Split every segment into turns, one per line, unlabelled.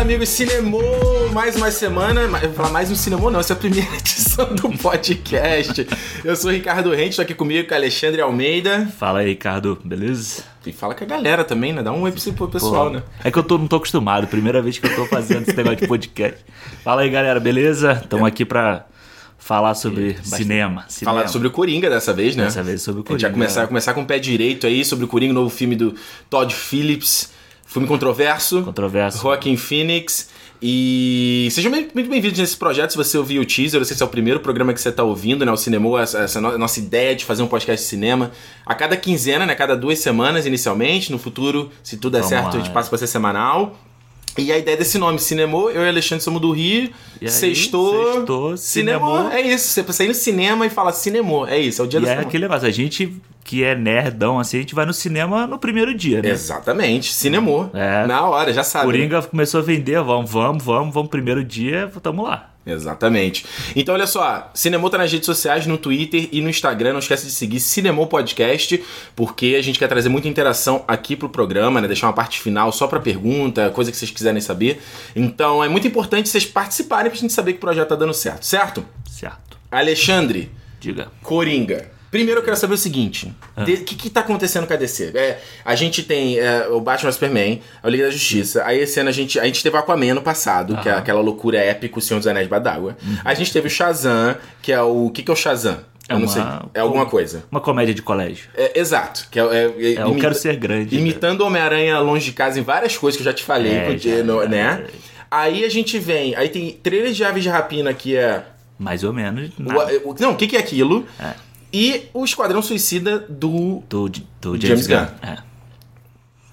amigos Cinemô, mais uma semana. mas- Eu vou falar mais um Cinemô, não. Essa é a primeira edição do podcast. Eu sou o Ricardo Rente, estou aqui comigo com o Alexandre Almeida.
Fala aí, Ricardo, beleza?
E fala com a galera também, né? Dá um oi pro pro pessoal, né?
É que eu tô, não tô acostumado, primeira vez que eu tô fazendo esse negócio de podcast. Fala aí, galera, beleza? Estamos aqui pra falar sobre cinema. cinema.
Falar sobre o Coringa dessa vez, né?
Dessa vez sobre o
A gente vai
Coringa. né?
começar, começar com o pé direito aí sobre o Coringa, novo filme do Todd Phillips. Filme controverso.
Controverso.
Joaquin Phoenix. E sejam bem- muito bem-vindos nesse projeto. Se você ouviu o teaser, eu sei se é o primeiro programa que você está ouvindo, né? O Cinema, essa, essa no- nossa ideia de fazer um podcast de cinema. A cada quinzena, né? A cada duas semanas, inicialmente. No futuro, se tudo der
Vamos
certo,
lá,
a gente
é.
passa para ser semanal. E a ideia desse nome, Cinema, eu e Alexandre somos do Rio.
E aí,
sextou.
sextou,
Cinema.
cinemô.
É isso. Você precisa ir no cinema e fala Cinema. É isso, é o dia
E
da
é
semana.
aquele negócio, a gente que é nerdão, assim, a gente vai no cinema no primeiro dia, né?
Exatamente, Cinema.
É.
Na hora, já sabe. né?
Coringa começou a vender, vamos, vamos, vamos, vamos, primeiro dia, tamo lá.
Exatamente. Então, olha só, Cinemô tá nas redes sociais, no Twitter e no Instagram. Não esquece de seguir Cinemô Podcast, porque a gente quer trazer muita interação aqui pro programa, né? Deixar uma parte final só pra pergunta, coisa que vocês quiserem saber. Então, é muito importante vocês participarem pra gente saber que o projeto tá dando certo, certo?
Certo.
Alexandre,
Diga.
Coringa. Primeiro eu quero saber o seguinte:
Ah.
o que, que tá acontecendo com a DC? É, a gente tem é, o Batman Superman, a Liga da Justiça. Aí esse ano a gente, a gente teve o Aquaman no passado, que é
Aham. Uhum.
aquela loucura épica, o Senhor dos Anéis Badágua. A gente teve o Shazam, que é o. O que, que é o Shazam?
É
eu não
uma-
sei. É alguma coisa.
Uma comédia de colégio.
É, exato. Que é, é- é
É, eu
imita-
quero ser grande.
imitando o Homem-Aranha longe de casa em várias coisas que eu já te falei,
É,
porque,
já,
no-
já,
né? Aí a gente vem. Aí tem trailer de Aves de Rapina, que é.
Mais ou menos.
O-
nada.
o- não, o que, que é aquilo?
É.
E o Esquadrão Suicida do. O
Do, do
James
James,
Gunn.
Gunn. É.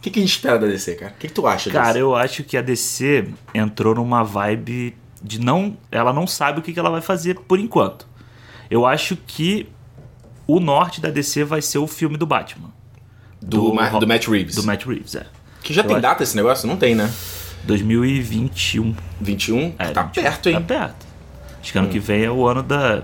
que, que a gente espera da DC, cara? O que, que tu acha
Cara,
disso?
eu acho que a DC entrou numa vibe de não. Ela não sabe o que que ela vai fazer por enquanto. Eu acho que o norte da DC vai ser o filme do Batman.
Do,
do-
Ma- do Matt Reeves.
Do Matt Reeves, é.
que já tem
acho.
data esse negócio? Não tem, né?
2021.
21?
É,
tá
21.
perto, hein? Hum.
Tá perto. Acho que ano que vem é o ano da.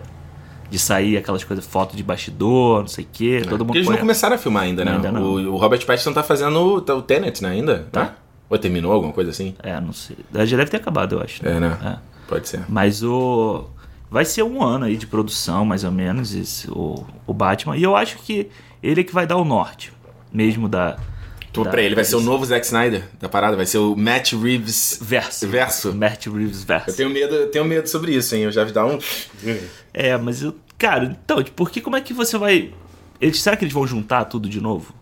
De sair aquelas coisas, foto de bastidor, não sei o quê, todo
É.
mundo
Porque eles não
põe-
começaram a filmar ainda, né?
Ainda não.
O, o Robert Pattinson tá fazendo o, tá- o Tenet, né? Ainda? Tá. Ou terminou alguma coisa assim?
É, não sei. Já deve ter acabado, eu acho.
É, né?
É.
Pode ser.
Mas o. Vai ser um ano aí de produção, mais ou menos, esse- o, o Batman. E eu acho que ele é que vai dar o norte. Mesmo da.
Tu,
da-
peraí, ele vai ser o
desse
novo Zack Snyder da parada? Vai ser o Matt Reeves
Verso.
verso?
Matt Reeves verso.
Eu tenho medo, eu tenho medo sobre isso, hein? Eu já vi dar um.
É, mas eu. Cara, então, tipo, por que como é que você vai. Eles, será que eles vão juntar tudo de novo?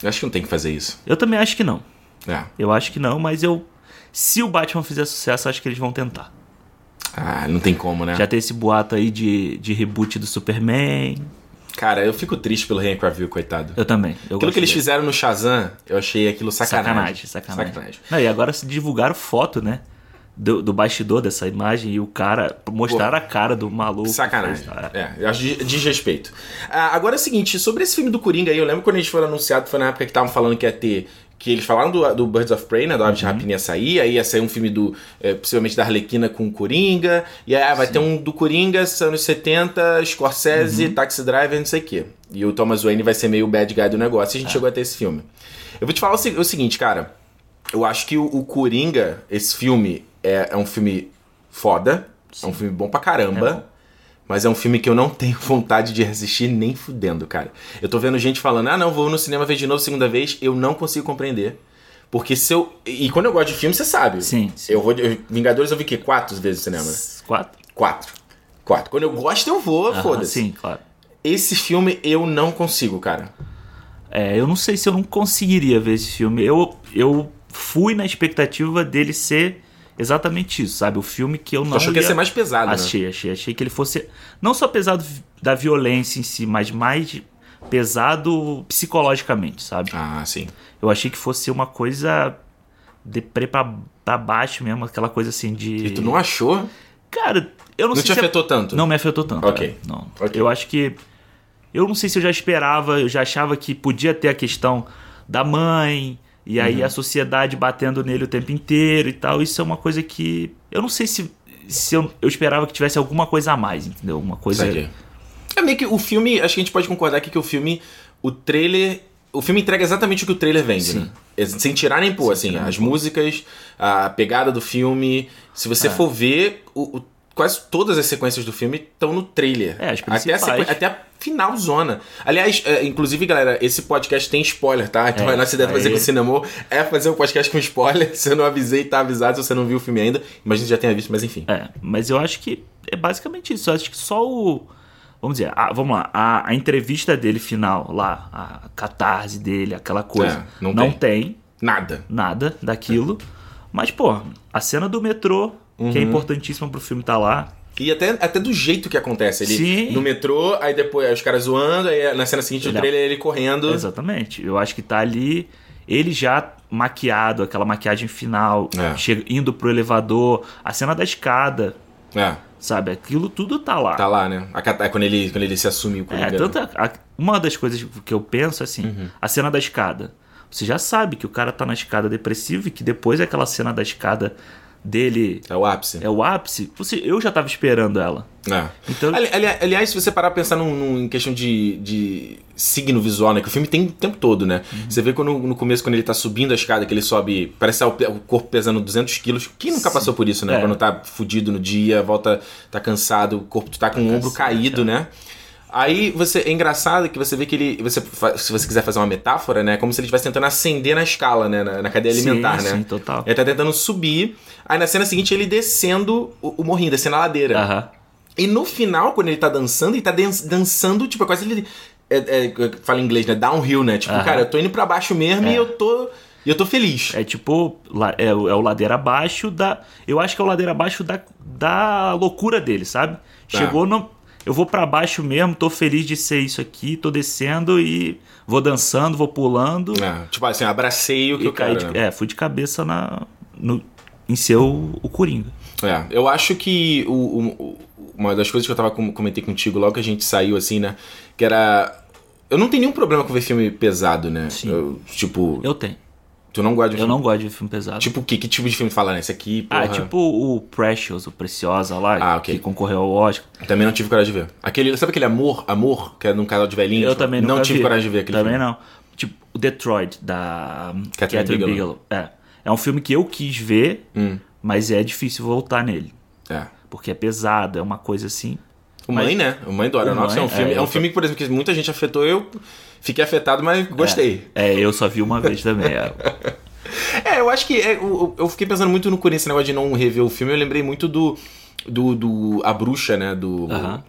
Eu acho que não tem que fazer isso.
Eu também acho que não.
É.
Eu acho que não, mas eu. Se o Batman fizer sucesso, acho que eles vão tentar.
Ah, não tem como, né?
Já tem esse boato aí de, de reboot do Superman.
Cara, eu fico triste pelo Henry Cavill, coitado.
Eu também. Eu
Aquilo
gosto
que eles
dele.
fizeram no Shazam, eu achei aquilo sacanagem.
Sacanagem, sacanagem. Não, e agora se divulgaram foto, né? Do, do bastidor dessa imagem e o cara. Mostraram a cara do maluco. Ah,
Sacanagem.
Fez- né?
É, eu acho de- desrespeito. Ah, agora é o seguinte, sobre esse filme do Coringa aí, eu lembro quando eles foram anunciados, foi na época que estavam falando que ia ter. Que eles falaram do, do Birds of Prey, né? Do
Uhum.
Aves de Rapina ia sair, aí ia sair um filme do. eh, possivelmente da Arlequina com o Coringa. E aí ah, vai ter um do Coringa, anos 70, Scorsese,
Uhum.
Taxi Driver, não sei o quê. E o Thomas Wayne vai ser meio o bad guy do negócio. E a
É.
gente chegou até esse filme. Eu vou te falar o, se- o seguinte, cara. Eu acho que o, o Coringa, esse filme, é, é um filme foda. É um filme bom pra caramba.
É bom.
Mas é um filme que eu não tenho vontade de assistir nem fudendo, cara. Eu tô vendo gente falando, ah, não, vou no cinema ver de novo segunda vez. Eu não consigo compreender. Porque se eu. E quando eu gosto de filme, você sabe.
Sim, sim.
Eu vou. eu- Vingadores eu vi que quatro vezes no cinema. né?
Quatro?
Quatro. Quatro. Quando eu gosto, eu vou,
Aham,
Então, foda-se.
Sim, claro.
Esse filme eu não consigo, cara.
É, eu não sei se eu não conseguiria ver esse filme. Eu, eu fui na expectativa dele ser exatamente isso, sabe? O filme que eu
Eu
não.
achou que ia
ia-
ser mais pesado, né?
Achei, achei, achei que ele fosse não só pesado da violência em si, mas mais pesado psicologicamente, sabe?
Ah, sim.
Eu achei que fosse uma coisa deprê pra, pra baixo mesmo, aquela coisa assim de.
E tu não achou?
Cara, eu
Não
não, sei
te
se. é-
afetou tanto?
Não me afetou tanto.
Ok.
cara. Não.
Ok.
Eu acho que. Eu não sei se eu já esperava, eu já achava que podia ter a questão da mãe, e
Uhum.
aí a sociedade batendo nele o tempo inteiro e tal. Isso é uma coisa que. Eu não sei se. Se eu, eu esperava que tivesse alguma coisa a mais, entendeu? Uma coisa.
É, Saquei. É meio que o filme, acho que a gente pode concordar aqui que o filme, o trailer o filme entrega exatamente o que o trailer vende, né? Sem tirar nem pôr, assim, as músicas, a pegada do filme. Se
É.
você for ver, o, o- quase todas as sequências do filme estão no trailer.
É,
até
as
a,
principais.
sequen- até a final zona. Aliás, é, inclusive, galera, esse podcast tem spoiler, tá? Então
É,
a nossa ideia de fazer
aí.
com o Cinemô é fazer um podcast com spoiler. Se eu não avisei, tá avisado. Se você não viu o filme ainda, imagina que já tenha visto, mas enfim.
É, mas eu acho que é basicamente isso. Eu acho que só o. Vamos dizer, a- vamos lá, a, a entrevista dele final lá, a catarse dele, aquela coisa.
É, não
tem
Nada.
nada daquilo. Mas, pô, a cena do metrô, que é
Uhum.
importantíssima pro filme tá lá.
E até, até do jeito que acontece. Ele
Sim.
no metrô, aí depois aí os caras zoando, aí na cena seguinte
Ele-
o trailer ele correndo.
Exatamente. Eu acho que tá ali. Ele já maquiado, aquela maquiagem final,
É.
chega- indo pro elevador, a cena da escada,
É,
sabe? Aquilo tudo tá lá.
tá lá, né? A Kat- é quando ele, quando ele se assume o
É,
Coringa.
tanto a- a- uma das coisas que eu penso é assim, a cena da escada. Você já sabe que o cara tá na escada depressivo e que depois aquela cena da escada dele
É o ápice.
é o ápice. Você, eu já tava esperando ela.
É.
Então,
Ali- ali- aliás, se você parar pra pensar num, num- em questão de, de signo visual, né? Que o filme tem o tempo todo, né?
Uhum.
Você vê quando, no começo, quando ele tá subindo a escada, que ele sobe, parece o, o corpo pesando 200 quilos. Quem nunca passou por isso, né?
É.
Quando tá fudido no dia, volta, tá cansado, o corpo tá com o ombro
cansado, é.
caído, né? Aí você é engraçado que você vê que ele, você fa- se você quiser fazer uma metáfora, né, é como se ele estivesse tentando ascender na escala, né, na, na cadeia alimentar,
sim,
né?
Sim, total.
Ele tá tentando subir. Aí na cena seguinte ele descendo o, o morrinho, descendo a ladeira.
Aham.
E no final, quando ele tá dançando, ele tá dan- dançando, tipo, é quase ele. É, é, fala em inglês, né? Downhill, né? Tipo,
Aham.
cara, eu tô indo pra baixo mesmo e eu tô. E eu tô feliz.
É tipo, la- é, o é o ladeira abaixo da. Eu acho que é o ladeira abaixo da, da loucura dele, sabe? Chegou no. Eu vou pra baixo mesmo, tô feliz de ser isso aqui, tô descendo e vou dançando, vou pulando.
É, tipo assim, eu abracei o que
E
eu
caí
quero.
de-
né?
é, fui de cabeça na, no, em ser o, o Coringa.
É, eu acho que o- o- o- uma das coisas que eu tava com- comentei contigo logo que a gente saiu, assim, né? Que era. Eu não tenho nenhum problema com ver filme pesado, né?
Sim.
Eu, tipo,
Eu tenho.
tu não gosta de
Eu
filme.
não gosto de filme pesado.
Tipo, que, que tipo de filme fala, né? Esse aqui, porra.
ah, tipo o Precious, o Preciosa lá,
Ah, ok.
que concorreu ao Oscar.
Também não tive coragem de ver. Aquele, sabe aquele amor, amor, que é num casal de velhinhos?
Eu também nunca
Não tive
vi.
coragem de ver aquele
Também
filme.
não. Tipo, o Detroit, da um,
Catherine
Catherine,
Bigelow.
Bigelow. É. é um filme que eu quis ver,
Hum.
mas é difícil voltar nele.
É.
Porque é pesado, é uma coisa assim.
O Mãe, né? O Mãe do Aronofsky é
O
um
Mãe,
filme, é,
é,
um
eu-
filme que, por exemplo, que muita gente afetou, eu fiquei afetado, mas gostei.
É, eu só vi uma vez também. é.
É, eu acho que é, eu, eu fiquei pensando muito no Coringa, esse negócio de não rever o filme, eu lembrei muito do do, do a bruxa, né, do
Aham.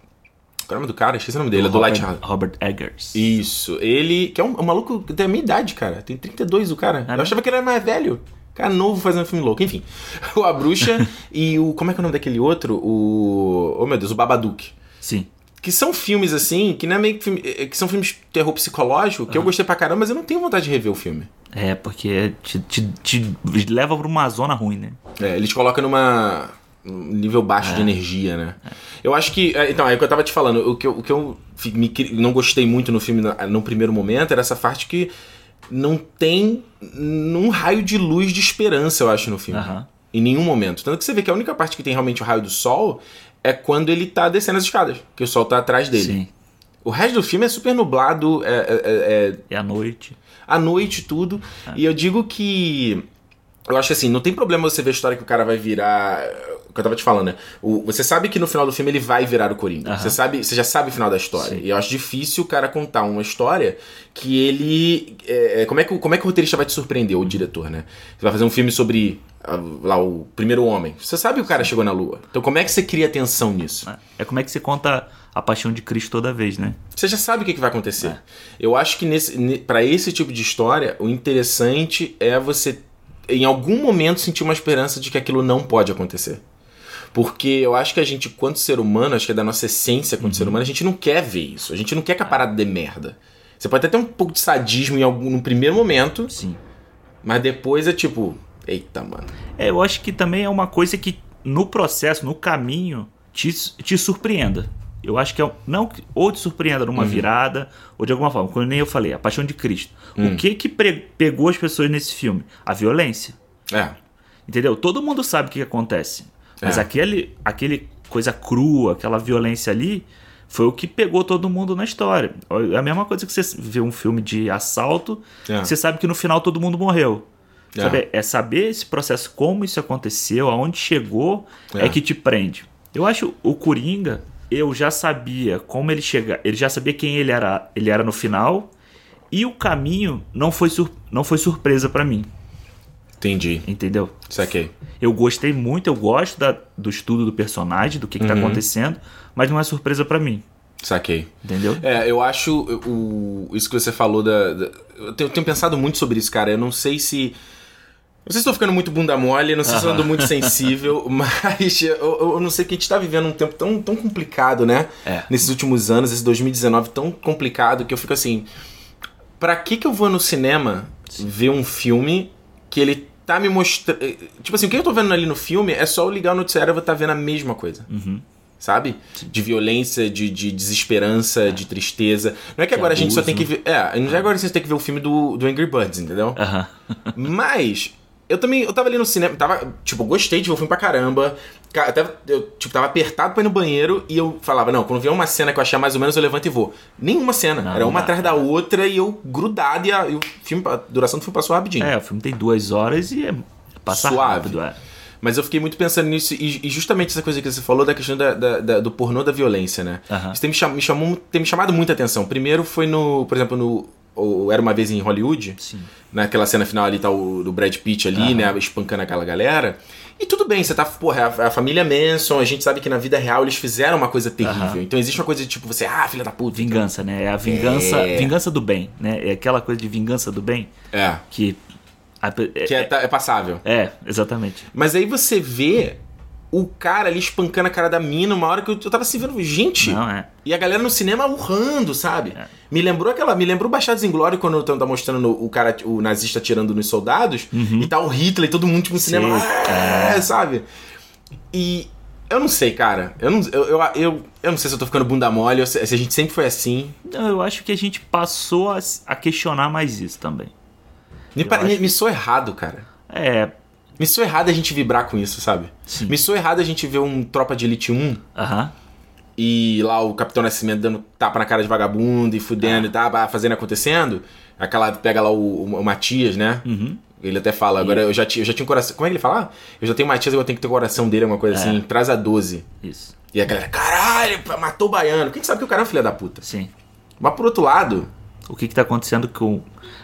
Qual é o nome do cara? Esqueci o nome dele, é do Lighthouse.
Robert, Robert Eggers.
Isso, ele, que é um, um maluco da minha idade, cara. Tem 32 o cara. eu
mesmo?
achava que ele era mais velho. Cara novo fazendo filme louco. Enfim, o A Bruxa e o. Como é que é o nome daquele outro? O. Oh meu Deus, o Babadook.
Sim.
Que são filmes assim, que não é meio que filme, é, que são filmes de terror psicológico, que eu gostei pra caramba, mas eu não tenho vontade de rever o filme.
É, porque te, te- te leva pra uma zona ruim, né?
É, eles colocam numa um nível baixo
É.
de energia, né? Eu acho que. é, Então, é o que eu tava te falando. O que eu, o que eu fi- me cri- não gostei muito no filme na- no primeiro momento era essa parte que não tem num raio de luz de esperança, eu acho, no filme.
Aham.
Em nenhum momento. Tanto que você vê que a única parte que tem realmente o raio do sol é quando ele tá descendo as escadas, que o sol tá atrás dele.
Sim.
O resto do filme é super nublado, é- é- é- é
É à noite.
à noite tudo.
É.
E eu digo que. Eu acho que assim, não tem problema você ver a história que o cara vai virar. O que eu tava te falando, né? O- você sabe que no final do filme ele vai virar o Coringa.
Aham.
Você, sabe, você já sabe o final da história.
Sim.
E eu acho difícil o cara contar uma história que ele. é, é, como, é que, o- como é que o roteirista vai te surpreender, ou o diretor, né? Você vai fazer um filme sobre ah, lá o primeiro homem. Você sabe que o cara chegou na Lua. Então como é que você cria tensão nisso?
né? É como é que você conta a paixão de Cristo toda vez, né?
Você já sabe o que, que vai acontecer. Eu acho que nesse, ne- pra esse tipo de história, o interessante é você, em algum momento, sentir uma esperança de que aquilo não pode acontecer. Porque eu acho que a gente, quanto ser humano, acho que é da nossa essência quanto ser humano, a gente não quer ver isso. A gente não quer que a parada dê merda. Você pode até ter um pouco de sadismo em algum num primeiro momento,
Sim.
mas depois é tipo, eita, mano.
É, eu acho que também é uma coisa que no processo, no caminho, te, te surpreenda. Eu acho que é. um- Não, que- ou te surpreenda numa virada, ou de alguma forma. Como nem eu falei, a paixão de Cristo. O que que pre- pegou as pessoas nesse filme? A violência.
É.
Entendeu? Todo mundo sabe o que, que acontece. Mas
É.
aquele, aquele coisa crua, aquela violência ali, foi o que pegou todo mundo na história. É a mesma coisa que você vê um filme de assalto,
É.
você sabe que no final todo mundo morreu.
É.
Sabe? É saber esse processo, como isso aconteceu, aonde chegou, é.
É.
que te prende. Eu acho o Coringa, eu já sabia como ele chega, ele já sabia quem ele era, ele era no final, e o caminho não foi, sur- não foi surpresa pra mim,
Entendi.
entendeu?
Saquei.
Eu gostei muito, eu gosto da- do estudo do personagem, do que, que
Uhum.
tá acontecendo, mas não é surpresa pra mim,
Saquei.
entendeu?
É, eu acho o, isso que você falou da. da- eu, tenho, eu tenho pensado muito sobre isso, cara. Eu não sei se. Não sei se tô ficando muito bunda mole, não sei se eu ando muito sensível, mas eu, eu- eu não sei que a gente tá vivendo um tempo tão, tão complicado, né?
É.
Nesses últimos anos, esse 2019 tão complicado que eu fico assim. Pra que que eu vou no cinema ver um filme que ele tá me mostrando. Tipo assim, o que eu tô vendo ali no filme é só eu ligar o noticiário e eu vou estar vendo a mesma coisa
Uhum.
sabe? De violência, de, de desesperança, de tristeza. Não é que
De
agora a gente só
abuso.
tem que ver. É, não é agora que você tem que ver o filme do, do Angry Birds, entendeu?
Aham.
Mas. Eu também, eu tava ali no cinema, tava, tipo, eu gostei de ver o filme pra caramba. Ca- Até, eu, tipo, tava apertado pra ir no banheiro e eu falava, não, quando vier uma cena que eu achar mais ou menos, eu levanto e vou. Nenhuma cena,
Não,
era
não
uma
dá.
atrás da outra e eu grudado e a, e o filme, a duração do filme passou rapidinho.
É, o filme tem duas horas e é passar
Suave.
rápido. É.
Mas eu fiquei muito pensando nisso e, e justamente essa coisa que você falou da questão da- da- da- do pornô da violência, né?
Aham.
Isso tem me, cham- me chamou, tem me chamado muita atenção. Primeiro foi no, por exemplo, no o Era Uma Vez em Hollywood,
Sim.
naquela cena final ali, tá o do Brad Pitt ali, né, espancando aquela galera. E tudo bem, você tá, porra, a, a família Manson, a gente sabe que na vida real eles fizeram uma coisa terrível.
Aham.
Então existe uma coisa de tipo, você, ah, filha da puta.
Vingança, né? É a vingança,
É.
vingança do bem, né? É aquela coisa de vingança do bem
É,
que a pe- é,
que é, tá- é passável.
é, exatamente.
Mas aí você vê o cara ali espancando a cara da mina, uma hora que eu, eu tava assim vendo, gente...
Não é.
E a galera no cinema urrando, sabe?
É.
Me lembrou aquela. Me lembrou Baixados em Glória quando tá tá mostrando o cara, o nazista tirando nos soldados. E tá o Hitler e todo mundo tipo, no
Uhum. Sim. É.
cinema. "Ah", Sabe? E. Eu não sei, cara. Eu não, eu, eu, eu, eu não sei se eu tô ficando bunda mole, ou se se a gente sempre foi assim.
Não, eu acho que a gente passou a, s- a questionar mais isso também.
Me,
Eu
pa-
acho
me, me soa errado, cara.
É,
Me soa errado a gente vibrar com isso, sabe?
sim.
Me soa errado a gente ver um Tropa de Elite 1
Aham.
e lá o Capitão Nascimento dando tapa na cara de vagabundo e fudendo e tá, bah, fazendo e acontecendo. Aquela pega lá o, o Matias, né?
Uhum.
Ele até fala, agora eu já, ti- eu já tinha um coração. Como é que ele fala? Ah, Eu já tenho o Matias, agora eu tenho que ter o coração dele, alguma coisa assim. Traz a 12.
Isso.
E a galera, caralho, matou o baiano. Quem sabe que o cara é um filho da puta?
Sim.
Mas por outro lado,
O que que tá acontecendo com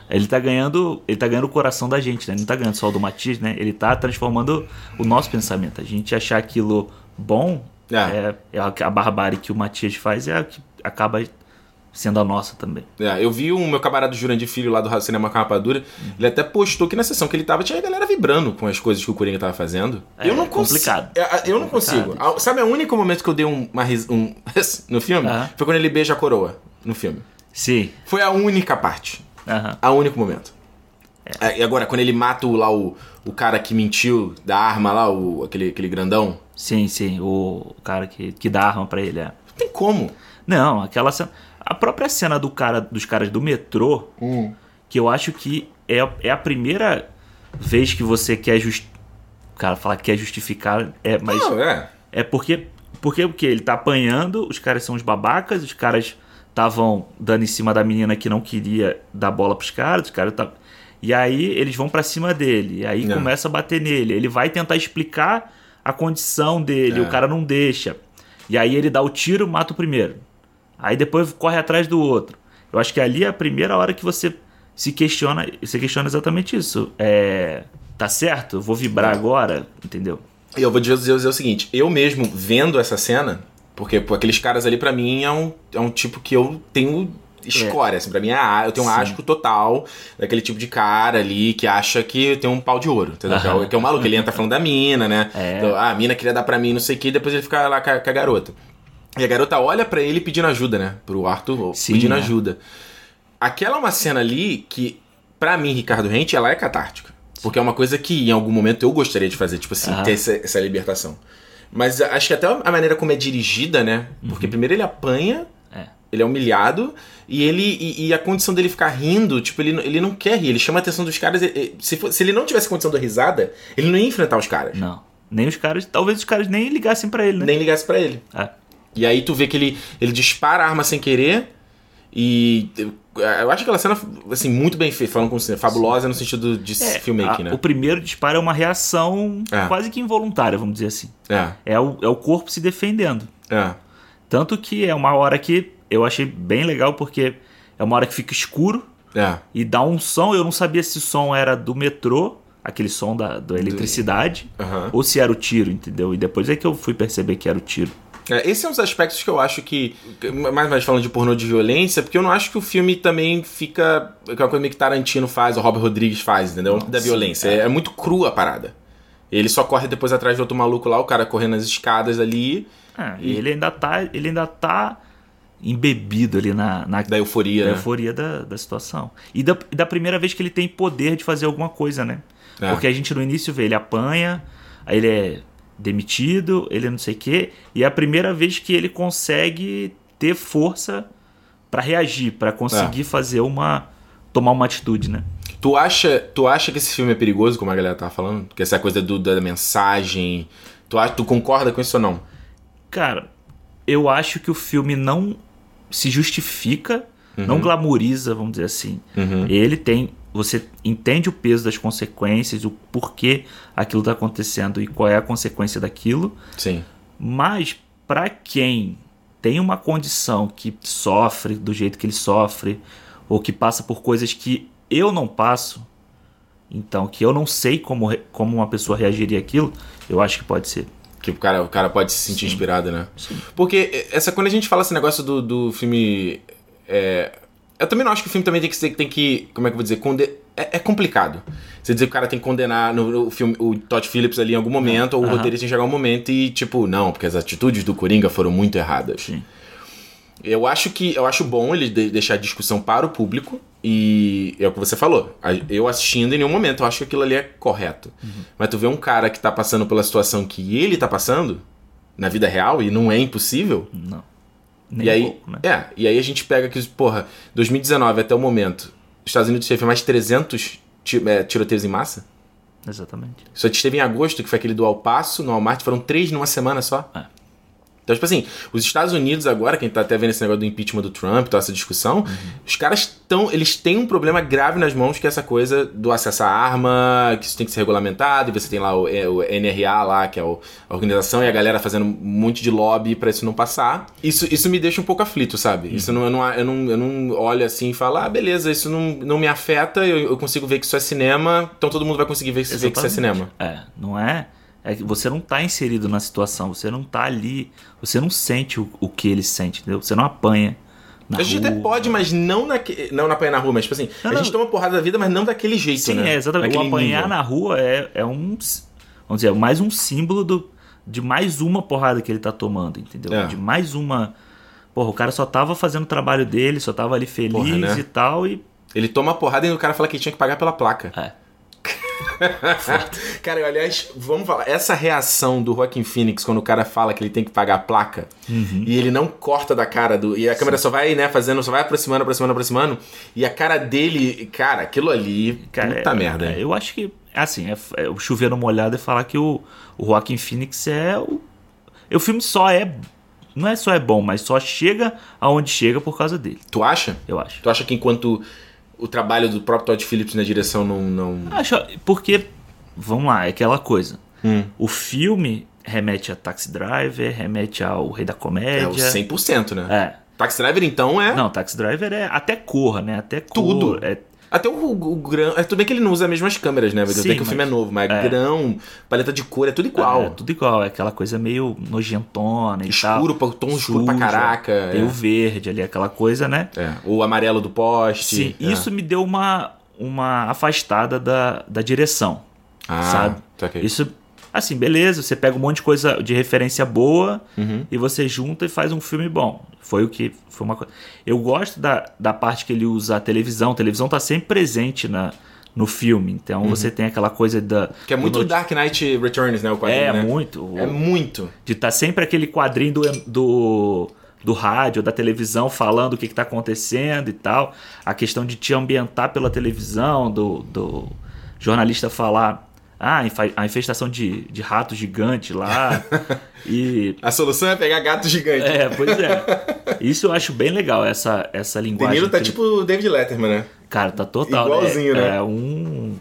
ele tá ganhando, ele tá ganhando o coração da gente, né? Ele não tá ganhando só o do Matiz, né? Ele tá transformando o nosso pensamento. A gente achar aquilo bom
É.
é, é a, a barbárie que o Matias faz é a que acaba sendo a nossa também.
é, eu vi o meu camarada Jurandir Filho lá do Ra- Cinema com a Rapadura, ele até postou que na sessão que ele tava tinha a galera vibrando com as coisas que o Coringa tava fazendo.
É,
eu não
é
consigo.
complicado.
eu não
É complicado
consigo. A- Sabe, o único momento que eu dei um, uma ris- um no filme
Aham.
foi quando ele beija a coroa no filme.
Sim.
Foi a única parte.
Aham.
A único momento. É, e agora, quando ele mata o, lá o, o cara que mentiu da arma lá, o, aquele, aquele grandão,
Sim, sim. O cara que, que dá arma pra ele, é.
não tem como.
Não, aquela cena. A própria cena do cara, dos caras do metrô, que eu acho que é, é a primeira vez que você quer just... Cara, falar que quer justificar, é, mas
Não, é.
é porque porque o que ele tá apanhando, os caras são os babacas, os caras estavam dando em cima da menina que não queria dar bola pros caras, os caras tá E aí eles vão pra cima dele, e aí
É.
começa a bater nele. Ele vai tentar explicar a condição dele,
É.
o cara não deixa. E aí ele dá o tiro, mata o primeiro. Aí depois corre atrás do outro. Eu acho que ali é a primeira hora que você se questiona, você questiona exatamente isso. É, tá certo? Eu Vou vibrar
É.
agora, entendeu?
E eu vou dizer, dizer o seguinte: eu mesmo vendo essa cena, porque pô, aqueles caras ali pra mim é um, é um tipo que eu tenho escória, assim, pra mim é, a- eu tenho um
Sim.
asco total daquele tipo de cara ali que acha que tem um pau de ouro, entendeu? Que é o- Que é o maluco, ele entra falando da mina, né?
É.
Então, ah, a mina queria dar pra mim, não sei o que, e depois ele fica lá com a, com a garota. E a garota olha pra ele pedindo ajuda, né? Pro Arthur
Sim,
pedindo
é.
ajuda. Aquela é uma cena ali que, pra mim, Ricardo Rente, ela é catártica. Porque é uma coisa que em algum momento eu gostaria de fazer, tipo assim,
Ah.
ter essa, essa libertação. Mas a- acho que até a maneira como é dirigida, né? Porque primeiro ele apanha,
Uhum. É.
ele é humilhado, e ele e, e a condição dele ficar rindo, tipo, ele, não- ele não quer rir, ele chama a atenção dos caras. e- e- se, for- se ele não tivesse condição da risada, ele não ia enfrentar os caras.
Não. Nem os caras. Talvez os caras nem ligassem pra ele, né?
Nem ligasse pra ele.
É.
E aí tu vê que ele, ele dispara a arma sem querer. E eu- eu acho aquela cena, assim, muito bem feita, falando com o cinema, fabulosa no sentido de
É,
filmmaking,
a-
né?
O primeiro disparo é uma reação
É.
quase que involuntária, vamos dizer assim.
É,
É o, é o corpo se defendendo.
é.
Tanto que é uma hora que eu achei bem legal, porque é uma hora que fica escuro
É,
e dá um som. Eu não sabia se o som era do metrô, aquele som da, da eletricidade,
aham.
ou se era o tiro, entendeu? E depois é que eu fui perceber que era o tiro.
É, esse é um dos aspectos que eu acho que. Mais, mais falando de pornô de violência, porque eu não acho que o filme também fica. que é uma coisa meio que Tarantino faz, ou Robert Rodrigues faz, entendeu? da violência. É. é muito crua a parada. Ele só corre depois atrás de outro maluco lá, o cara correndo nas escadas ali,
Ah, e ele ainda tá, ele ainda tá embebido ali na, na
da euforia.
da
né?
É euforia da, da situação. E da, e da primeira vez que ele tem poder de fazer alguma coisa, né?
É.
Porque a gente no início vê, ele apanha, aí ele é demitido, ele é não sei o quê, e é a primeira vez que ele consegue ter força pra reagir, pra conseguir
É.
fazer uma. tomar uma atitude, né?
Tu, acha, tu acha que esse filme é perigoso, como a galera tava falando? Que essa coisa do- da mensagem. Tu, acha, tu concorda com isso ou não?
Cara, eu acho que o filme não se justifica, não glamoriza, vamos dizer assim.
Uhum.
Ele tem. Você entende o peso das consequências, o porquê aquilo está acontecendo e qual é a consequência daquilo.
Sim.
Mas para quem tem uma condição que sofre do jeito que ele sofre, ou que passa por coisas que eu não passo, então que eu não sei como, re- como uma pessoa reagiria àquilo, eu acho que pode ser.
Que o cara, o cara pode se sentir
Sim.
inspirado, né?
Sim.
Porque essa, quando a gente fala esse negócio do, do filme. é, eu também não acho que o filme também tem que ser. Tem que, como é que eu vou dizer? Conde, é, é complicado. Você dizer que o cara tem que condenar no, no filme, o Todd Phillips ali em algum momento, ou o
Aham.
roteirista em chegar um momento e, tipo, não, porque as atitudes do Coringa foram muito erradas.
Sim.
Eu acho que eu acho bom ele de- deixar a discussão para o público e é o que você falou. A- Eu assistindo em nenhum momento eu acho que aquilo ali é correto. Mas tu vê um cara que tá passando pela situação que ele tá passando na vida real e não é impossível.
Não. Nem
e
um
aí,
pouco, né?
é, e aí a gente pega que porra, 2019 até o momento, os Estados Unidos teve mais 300 ti- é, tiroteios em massa.
Exatamente.
Só te teve em agosto, que foi aquele do Alpasso, no Walmart, foram três numa semana só.
É.
Então, tipo assim, os Estados Unidos agora, quem tá até vendo esse negócio do impeachment do Trump, toda essa discussão, os caras estão. Eles têm um problema grave nas mãos, que é essa coisa do acesso à arma, que isso tem que ser regulamentado, e você tem lá o, é, o NRA lá, que é o- a organização, e a galera fazendo um monte de lobby pra isso não passar. Isso, isso me deixa um pouco aflito, sabe? Isso não, eu, não, eu, não, eu não olho assim e falo, ah, beleza, isso não, não me afeta, eu, eu consigo ver que isso é cinema, então todo mundo vai conseguir ver, ver que isso é
Exatamente.
cinema.
É, não é. É que você não tá inserido na situação, você não tá ali, você não sente o, o que ele sente, entendeu? Você não apanha. Na
a gente
rua.
até pode, mas não naque... não na apanhar na rua, mas tipo assim,
Não,
a
não.
gente toma porrada da vida, mas não daquele jeito,
Sim,
né?
é, exatamente.
Naquele
o apanhar
nível.
na rua é, é um. s- Vamos dizer, mais um símbolo do, de mais uma porrada que ele tá tomando, entendeu?
É.
De mais uma. Porra, o cara só tava fazendo o trabalho dele, só tava ali feliz
Porra, né?
e tal, e.
Ele toma a porrada e o cara fala que tinha que pagar pela placa.
É.
cara, aliás, vamos falar, essa reação do Joaquin Phoenix quando o cara fala que ele tem que pagar a placa
Uhum.
e ele não corta da cara do e a câmera só vai, né, fazendo, só vai aproximando, aproximando, aproximando, e a cara dele, cara, aquilo ali,
Cara,
puta
é-
merda.
é, eu acho que, assim, é, é o chover no molhado e falar que o, o Joaquin Phoenix é o. O filme só é. Não é só é bom, mas só chega aonde chega por causa dele,
Tu acha?
eu acho.
Tu acha que enquanto o trabalho do próprio Todd Phillips na direção não não
Acho. Porque. Vamos lá, é aquela coisa.
Hum.
O filme remete a Taxi Driver, remete ao Rei da Comédia.
é o 100%, né?
É.
Taxi Driver, então, é.
Não, Taxi Driver é até corra, né? Até cor,
Tudo.
É,
Até o, o grão. é, Tudo bem que ele não usa as mesmas câmeras, né? Tudo
Sim,
bem que o
mas-
filme é novo, mas
é.
grão, paleta de cor, é tudo igual.
é tudo igual, é aquela coisa meio nojentona e tal.
escuro, pra- tom escuro pra
Suja.
caraca.
Tem o
É.
verde ali, aquela coisa, né?
É. O amarelo do poste.
Sim,
é.
isso me deu uma, uma afastada da, da direção.
ah,
sabe?
saquei.
Isso, assim, beleza, você pega um monte de coisa de referência boa
Uhum.
e você junta e faz um filme bom. Foi o que. Foi uma coisa. Eu gosto da, da parte que ele usa a televisão. A televisão tá sempre presente na, no filme. Então você tem aquela coisa da.
Uhum. Que é muito
do-
Dark Knight Returns, né? O quadrinho,
É,
né?
muito.
É muito.
De estar sempre aquele quadrinho do, do, do rádio, da televisão, falando o que está acontecendo e tal. A questão de te ambientar pela televisão, do, do jornalista falar. Ah, a infestação de, de rato gigante lá. e.
A solução é pegar gato gigante.
É, pois é. Isso eu acho bem legal, essa, essa linguagem.
De Niro tá tipo o David Letterman, né?
Cara, tá total.
Igualzinho,
é,
né?
É um.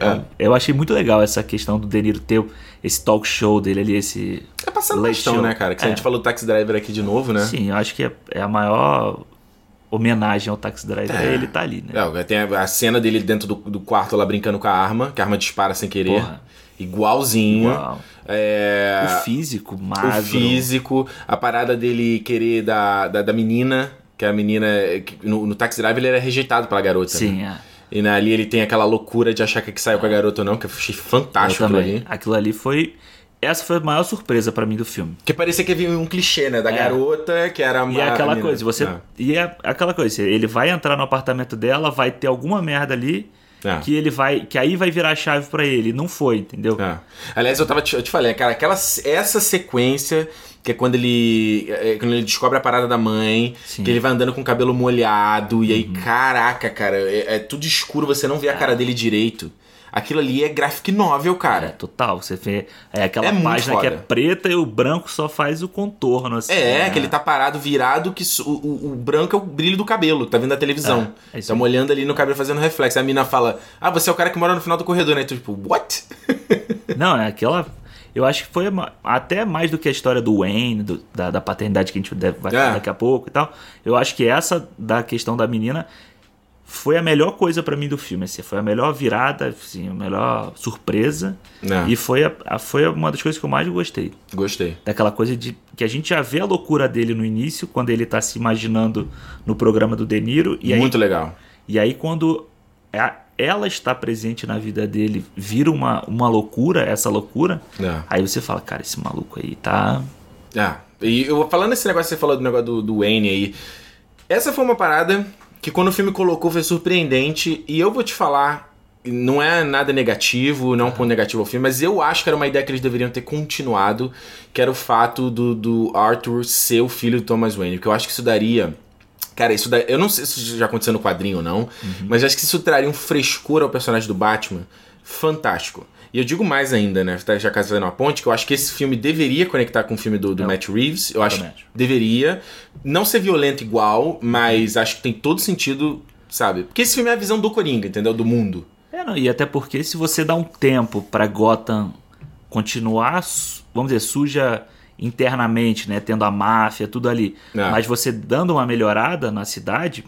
é. Eu achei muito legal essa questão do De Niro ter esse talk show dele ali, esse.
É passando
Late
questão,
show.
né, cara? Que se a
É.
gente falou do Taxi Driver aqui de novo, né?
Sim, eu acho que é, é a maior homenagem ao Taxi Driver.
É.
Ele tá ali, né?
É, tem a a cena dele dentro do, do quarto lá brincando com a arma, que a arma dispara sem querer.
Porra.
Igualzinho.
Uau.
É,
O físico,
o
magro.
físico, a parada dele querer da, da, da menina, que a menina. é, que No, no Taxi Driver ele era rejeitado pela garota. né?
Sim, é.
E na- ali ele tem aquela loucura de achar que saiu com a garota ou não, que eu achei fantástico
eu
aquilo
também.
ali.
Aquilo ali foi. Essa foi a maior surpresa pra mim do filme.
Porque parecia que havia um clichê, né? Da
É.
garota, que era uma.
E é aquela
menina.
coisa, você.
Ah,
E é aquela coisa, ele vai entrar no apartamento dela, vai ter alguma merda ali
ah,
que ele vai. Que aí vai virar a chave pra ele. Não foi, entendeu?
ah. Aliás, eu, tava te, eu te falei, cara, aquela, essa sequência, que é quando ele. é, é quando ele descobre a parada da mãe,
Sim. Uhum.
que ele vai andando com o cabelo molhado, e aí, caraca, cara, é, é tudo escuro, você não vê a
Ah.
cara dele direito. Aquilo ali é graphic novel,
É,
cara.
total. Você vê. É aquela
É muito
página que é
foda.
preta e o branco só faz o contorno, assim.
É,
né?
que ele tá parado, virado, que su- o, o- o branco é o brilho do cabelo, que tá vindo da televisão.
É, é isso
Estamos olhando ali no cabelo fazendo reflexo. Aí a mina fala, ah, você é o cara que mora no final do corredor, né? E tu, tipo, what?
Não, é aquela. Eu acho que foi ma- até mais do que a história do Wayne, do- da, da paternidade que a gente deve- vai falar
É.
daqui a pouco e tal. Eu acho que essa da questão da menina foi a melhor coisa pra mim do filme. assim, foi a melhor virada, assim, a melhor surpresa.
É.
E foi, a- a- foi uma das coisas que eu mais gostei.
Gostei.
Daquela coisa de que a gente já vê a loucura dele no início, quando ele tá se imaginando no programa do De Niro. E aí
Muito legal.
e aí, quando a- ela está presente na vida dele, vira uma, uma loucura, essa loucura,
É.
aí você fala, cara, esse maluco aí tá.
Ah, e eu falando esse negócio, você falou do negócio do, do Wayne aí. Essa foi uma parada que quando o filme colocou foi surpreendente. E eu vou te falar, não é nada negativo, não é um ponto negativo ao filme, mas eu acho que era uma ideia que eles deveriam ter continuado, que era o fato do, do Arthur ser o filho do Thomas Wayne. Porque eu acho que isso daria. Cara, isso daí. Eu não sei se isso já aconteceu no quadrinho ou não, mas acho que isso traria um frescor ao personagem do Batman fantástico. E eu digo mais ainda, né? tá- Já casando uma ponte, que eu acho que esse filme deveria conectar com o filme do, do
É,
Matt Reeves. Eu acho que
também acho.
deveria. Não ser violento igual, mas acho que tem todo sentido, sabe? Porque esse filme é a visão do Coringa, entendeu? Do mundo.
É, não, e até porque se você dá um tempo pra Gotham continuar, su- vamos dizer, suja internamente, né? Tendo a máfia, tudo ali.
É.
Mas você dando uma melhorada na cidade,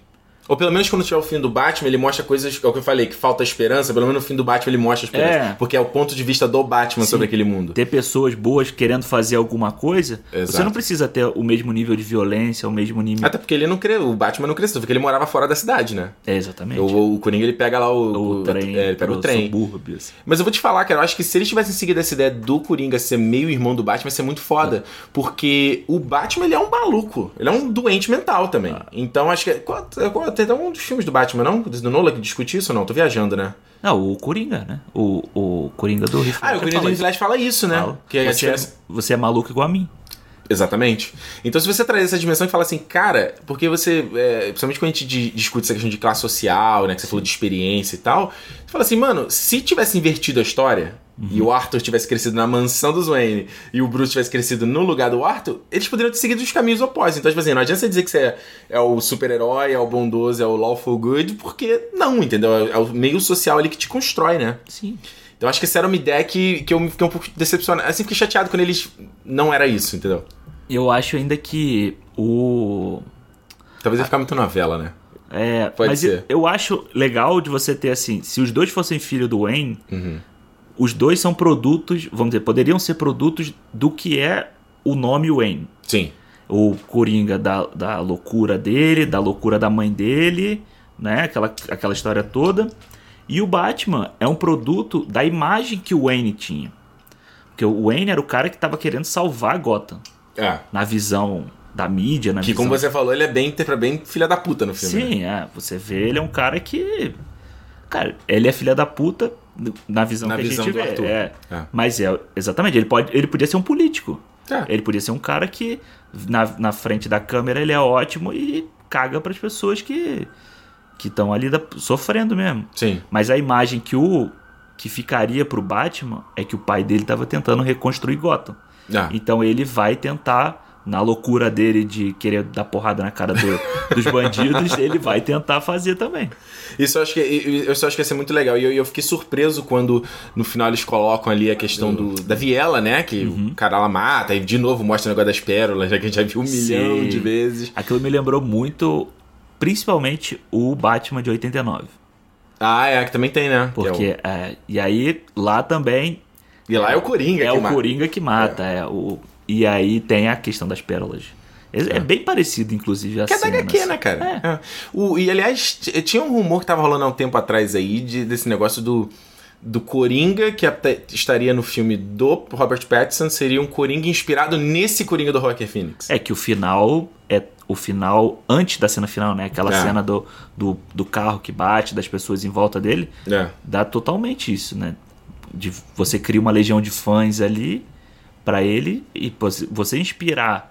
Ou pelo menos quando tiver o fim do Batman, ele mostra coisas. É o que eu falei, que falta esperança. Pelo menos no fim do Batman ele mostra a esperança.
É.
Porque é o ponto de vista do Batman
Sim.
sobre aquele mundo.
ter pessoas boas querendo fazer alguma coisa, você
Exato.
não precisa ter o mesmo nível de violência, o mesmo nível.
Até porque ele não cresceu, o Batman não cresceu, porque ele morava fora da cidade, né?
É, exatamente.
O, o Coringa ele pega lá o,
o
o-
trem,
é, ele pega o
pro
trem.
subúrbio, assim.
Mas eu vou te falar, cara, eu acho que se eles tivessem seguido essa ideia do Coringa ser meio irmão do Batman, ia ser muito foda. Porque o Batman, ele é um maluco. Ele é um doente mental também. Então, acho que... Qual, qual, tem até um dos filmes do Batman, não? Do Nolan que discute isso ou não? Tô viajando, né?
Não, o Coringa, né? O, o Coringa do Heath
Ah, o Coringa do
Ledger fala
Heath
isso.
Ledger fala isso, né?
é Fala.
Que a
você, é-
diferença-
você é maluco igual a mim.
Exatamente. Então, se você trazer essa dimensão e falar assim, cara, porque você, é, principalmente quando a gente di- discute essa questão de classe social, né, que você falou de experiência e tal, você fala assim, mano, se tivesse invertido a história e o Arthur tivesse crescido na mansão dos Wayne e o Bruce tivesse crescido no lugar do Arthur, eles poderiam ter seguido os caminhos opostos. Então, tipo assim, não adianta você dizer que você é, é o super-herói, é o bondoso, é o lawful good, porque não, entendeu? É, é o meio social ali que te constrói, né?
Sim.
Então, acho que essa era uma ideia que, que eu me fiquei um pouco decepcionado. Assim, fiquei chateado quando eles. Não era isso, entendeu?
Eu acho ainda que o.
Talvez ia ficar muito novela, né?
É,
Pode
mas
ser.
eu acho legal de você ter assim, se os dois fossem filho do Wayne,
Uhum.
os dois são produtos, vamos dizer, poderiam ser produtos do que é o nome Wayne.
Sim.
o Coringa da, da loucura dele, da loucura da mãe dele, né? Aquela, aquela história toda. E o Batman é um produto da imagem que o Wayne tinha. Porque o Wayne era o cara que tava querendo salvar Gotham.
É.
Na visão da mídia, na
Que
visão...
como você falou, ele é bem, interpre- bem filha da puta no filme. né?
Sim, é. Você vê, ele é um cara que... Cara, ele é filha da puta na visão
Na
que
visão
a gente
do
vê.
Arthur.
É.
É.
Mas é, exatamente. Ele, pode, ele podia ser um político.
É.
Ele podia ser um cara que na, na frente da câmera ele é ótimo e caga pras pessoas que que estão ali da- sofrendo mesmo.
Sim.
Mas a imagem que o que ficaria pro Batman é que o pai dele tava tentando reconstruir Gotham.
Ah.
Então ele vai tentar, na loucura dele de querer dar porrada na cara do- dos bandidos, ele vai tentar fazer também.
Isso eu acho que eu eu só acho que ia ser muito legal. E eu, eu fiquei surpreso quando no final eles colocam ali a questão do, da viela, né? Que
Uhum.
o cara lá mata e de novo mostra o negócio das pérolas, já que a gente já viu um milhão
Sim.
de vezes.
Aquilo me lembrou muito, principalmente, o Batman de 89.
Ah, é, que também tem, né? Que é o-
Porque, é, e aí, lá também
e lá é o Coringa,
é
que
o
mata.
Coringa que mata. É. o, e aí tem a questão das pérolas. É, é bem parecido, inclusive, a
Que é da
cena,
HQ,
assim.
né, cara?
É.
É. O, e aliás, t- tinha um rumor que tava rolando há um tempo atrás aí de- desse negócio do, do Coringa, que até estaria no filme do Robert Pattinson, seria um Coringa inspirado nesse Coringa do Rocker Phoenix.
É que o final é o final antes da cena final, né? Aquela
É.
cena do, do, do carro que bate, das pessoas em volta dele,
É.
dá totalmente isso, né? De, você cria uma legião de fãs ali pra ele e pos- você inspirar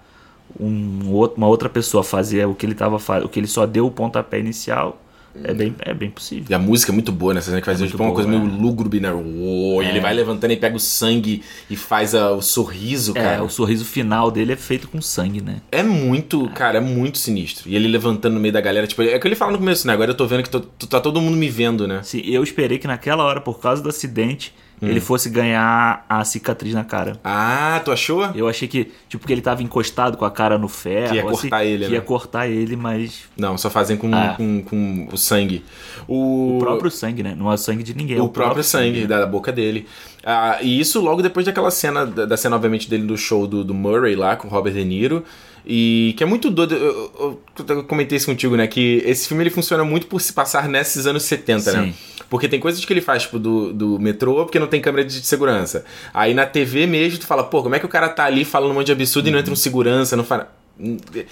um outro, uma outra pessoa a fazer o que ele tava fa- o que ele só deu o pontapé inicial
Uhum.
é bem, é bem possível.
E a música é muito boa nessa cena que faz
É
tipo
muito
uma coisa
boa,
meio lúgubre, né? Uou, e Ele vai levantando e pega o sangue e faz a- o sorriso,
É,
cara.
o sorriso final dele é feito com sangue, né?
É muito, cara, é muito sinistro. E ele levantando no meio da galera, tipo, é o que ele fala no começo, né? Agora eu tô vendo que tô- tô- tá todo mundo me vendo, né?
Assim, eu esperei que naquela hora, por causa do acidente,
Hum.
ele fosse ganhar a cicatriz na cara.
Ah, tu achou?
Eu achei que, tipo, que ele tava encostado com a cara no ferro. assim,
Que ia cortar ele,
que
né?
ia cortar ele, mas.
Não, só fazem com,
Ah.
com, com o sangue. O,
O próprio sangue, né? Não é o sangue de ninguém. é
o próprio sangue da, da boca dele. Ah, e isso logo depois daquela cena, da, da cena, obviamente, dele do show do, do Murray lá com o Robert De Niro. E que é muito doido. Eu, eu- eu- eu comentei isso contigo, né? Que esse filme ele funciona muito por se passar nesses anos 70, né?
Sim.
Porque tem coisas que ele faz, tipo, do, do metrô, porque não tem câmera de segurança. Aí na TV mesmo, tu fala, pô, como é que o cara tá ali falando um monte de absurdo e não
Uhum.
entra um segurança, não fala.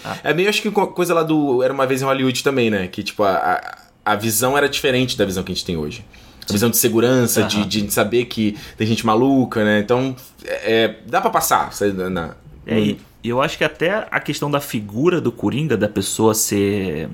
Ah.
É meio, acho que co- coisa lá do. Era uma vez em Hollywood também, né? Que, tipo, a, a, a visão era diferente da visão que a gente tem hoje. A visão de segurança, de,
Aham.
de saber que tem gente maluca, né? Então, é, é, dá pra passar. sabe, na- na-
É,
Hum.
e e eu acho que até a questão da figura do Coringa, da pessoa ser.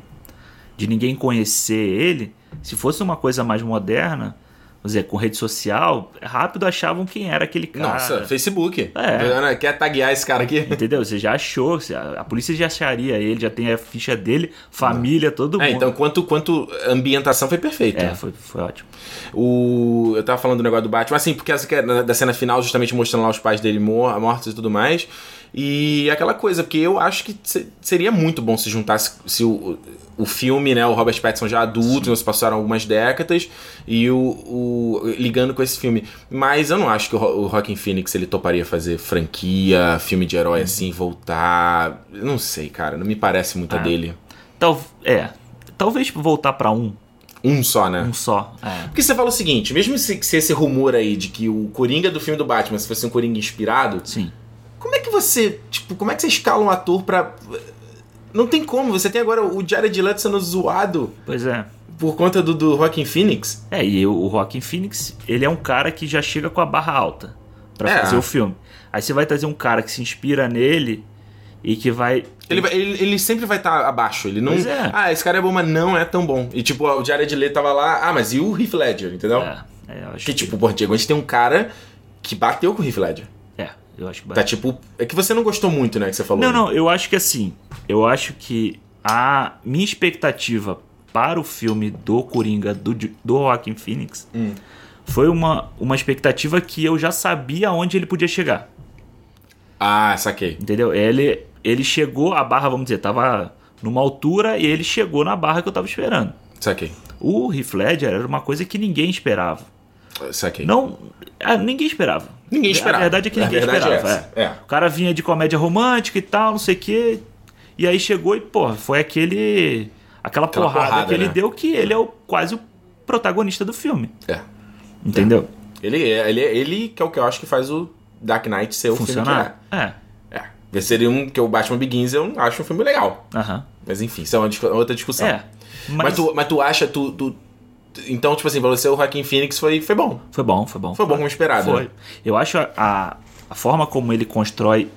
de ninguém conhecer ele, se fosse uma coisa mais moderna, vamos dizer, com rede social, rápido achavam quem era aquele cara.
Nossa, Facebook.
É.
Ana, Quer taguear esse cara aqui?
Entendeu? Você já achou, você- a a polícia já acharia ele, já tem a ficha dele, família, todo
É,
mundo.
então, quanto, quanto ambientação foi perfeita.
É, foi, foi ótimo.
O, eu tava falando do negócio do Batman, assim, porque essa que é na- da cena final, justamente mostrando lá os pais dele mor mortos e tudo mais. E aquela coisa, porque eu acho que se- seria muito bom se juntasse se o, o filme, né, o Robert Pattinson já adulto, não se passaram algumas décadas, e o, o- ligando com esse filme. Mas eu não acho que o, Ro- o Rockin' Phoenix ele toparia fazer franquia, filme de herói assim, voltar. Eu Não sei, cara, não me parece muito a
Ah.
dele.
Tal, é, talvez voltar pra um,
Um só, né?
um só. É.
Porque você fala o seguinte, mesmo se, se esse rumor aí de que o Coringa do filme do Batman se fosse um Coringa inspirado,
Sim.
como é que você, tipo, como é que você escala um ator pra... Não tem como, você tem agora o Jared Leto sendo zoado
Pois é.
por conta do, do Joaquin Phoenix.
É, e o, o Joaquin Phoenix, ele é um cara que já chega com a barra alta pra
É.
fazer o filme. Aí você vai trazer um cara que se inspira nele e que vai.
Ele, vai- ele, ele sempre vai estar abaixo, ele não...
Pois é.
Ah, esse cara é bom, mas não é tão bom. E tipo, o Jared Leto tava lá, ah, mas e o Heath Ledger, entendeu?
É, é, eu acho
Então? Que tipo, pô, Diego, a gente tem um cara que bateu com o Heath Ledger.
É, eu acho que vai.
Tá tipo... É que você não gostou muito, né, que você falou.
Não,
né?
não, eu acho que assim, eu acho que a minha expectativa para o filme do Coringa, do, Ju- do Joaquin Phoenix,
Hum.
foi uma, uma expectativa que eu já sabia onde ele podia chegar,
Ah, saquei.
entendeu? Ele, ele chegou, a barra, vamos dizer, tava numa altura e ele chegou na barra que eu tava esperando.
Saquei.
O Heath Ledger era uma coisa que ninguém esperava.
Saquei.
Não, ah, ninguém esperava.
Ninguém esperava.
A verdade é que
A
ninguém
verdade é
esperava.
essa.
é.
É.
O cara vinha de comédia romântica e tal, não sei o quê. E aí chegou e, porra, foi aquele. Aquela,
Aquela
porrada,
porrada,
que ele
né?
deu que ele é o, quase o protagonista do filme.
É.
Entendeu?
Ele, ele, ele que é o que eu acho que faz o Dark Knight ser o
Funcionar. É.
filme que é. É. Seria um que o Batman Begins eu não acho um filme legal.
Aham.
Mas enfim, isso é uma discu- outra discussão.
É. Mas,
Mas, tu, mas tu acha, tu, tu- tu- Então, tipo assim, pra você o Joaquin Phoenix foi, foi bom.
foi bom, foi bom.
Foi bom como esperado.
Foi.
né?
Eu acho a- a, a forma como ele
Hum.
constrói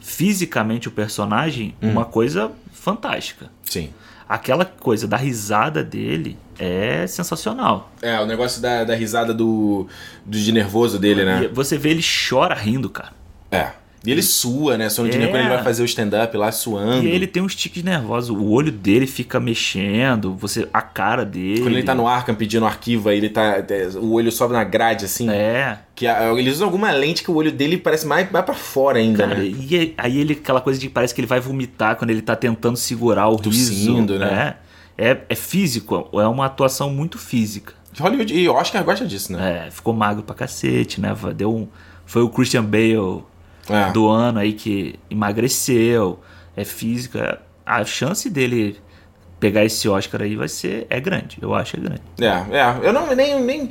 fisicamente o personagem uma coisa fantástica.
Sim.
aquela coisa da risada dele é sensacional.
É, o negócio da, da risada do, do de nervoso dele, né?
E você vê ele chora rindo, cara.
É. E ele sua, né? Só no dia
É.
quando ele vai fazer o stand-up lá suando.
E ele tem uns tiques nervosos, o olho dele fica mexendo, você a cara dele.
Quando ele tá no Arkham pedindo arquivo, aí ele tá. O olho sobe na grade, assim.
É.
Que a- eles usam alguma lente que o olho dele parece mais, mais pra fora ainda,
Cara,
né?
e é, aí- aí ele, aquela coisa de que parece que ele vai vomitar quando ele tá tentando segurar o
Tossindo,
riso.
né?
É, é, é físico, é uma atuação muito física.
Hollywood e Oscar gosta disso, né?
É, ficou magro pra cacete, né? Deu um, foi o Christian Bale
É.
do ano aí que emagreceu, é física. A chance dele pegar esse Oscar aí vai ser. É grande, eu acho é grande.
É, é. Eu não nem. nem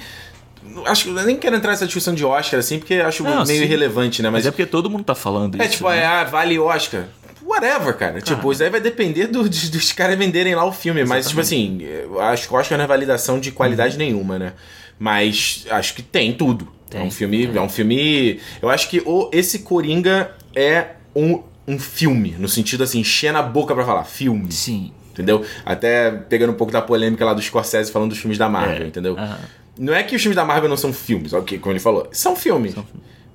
acho que eu nem quero entrar nessa discussão de Oscar, assim, porque acho
Não,
meio
sim.
irrelevante, né?
Mas
Mas,
é porque todo mundo tá falando
é,
isso.
tipo,
né?
é, ah, vale Oscar. Whatever, cara. Tipo, isso aí vai depender do- de- dos caras venderem lá o filme. Mas, tipo assim, eu acho que o Oscar não é validação de qualidade
Uhum.
nenhuma, né? Mas acho que tem tudo. é um
Tem,
filme. É um filme. Eu acho que o, esse Coringa é um, um filme. No sentido assim, encher na boca pra falar. Filme.
Sim.
Entendeu? Até pegando um pouco da polêmica lá do Scorsese falando dos filmes da Marvel,
É.
entendeu?
Aham.
Não é que os filmes da Marvel não são filmes, ok, como ele falou. São filmes.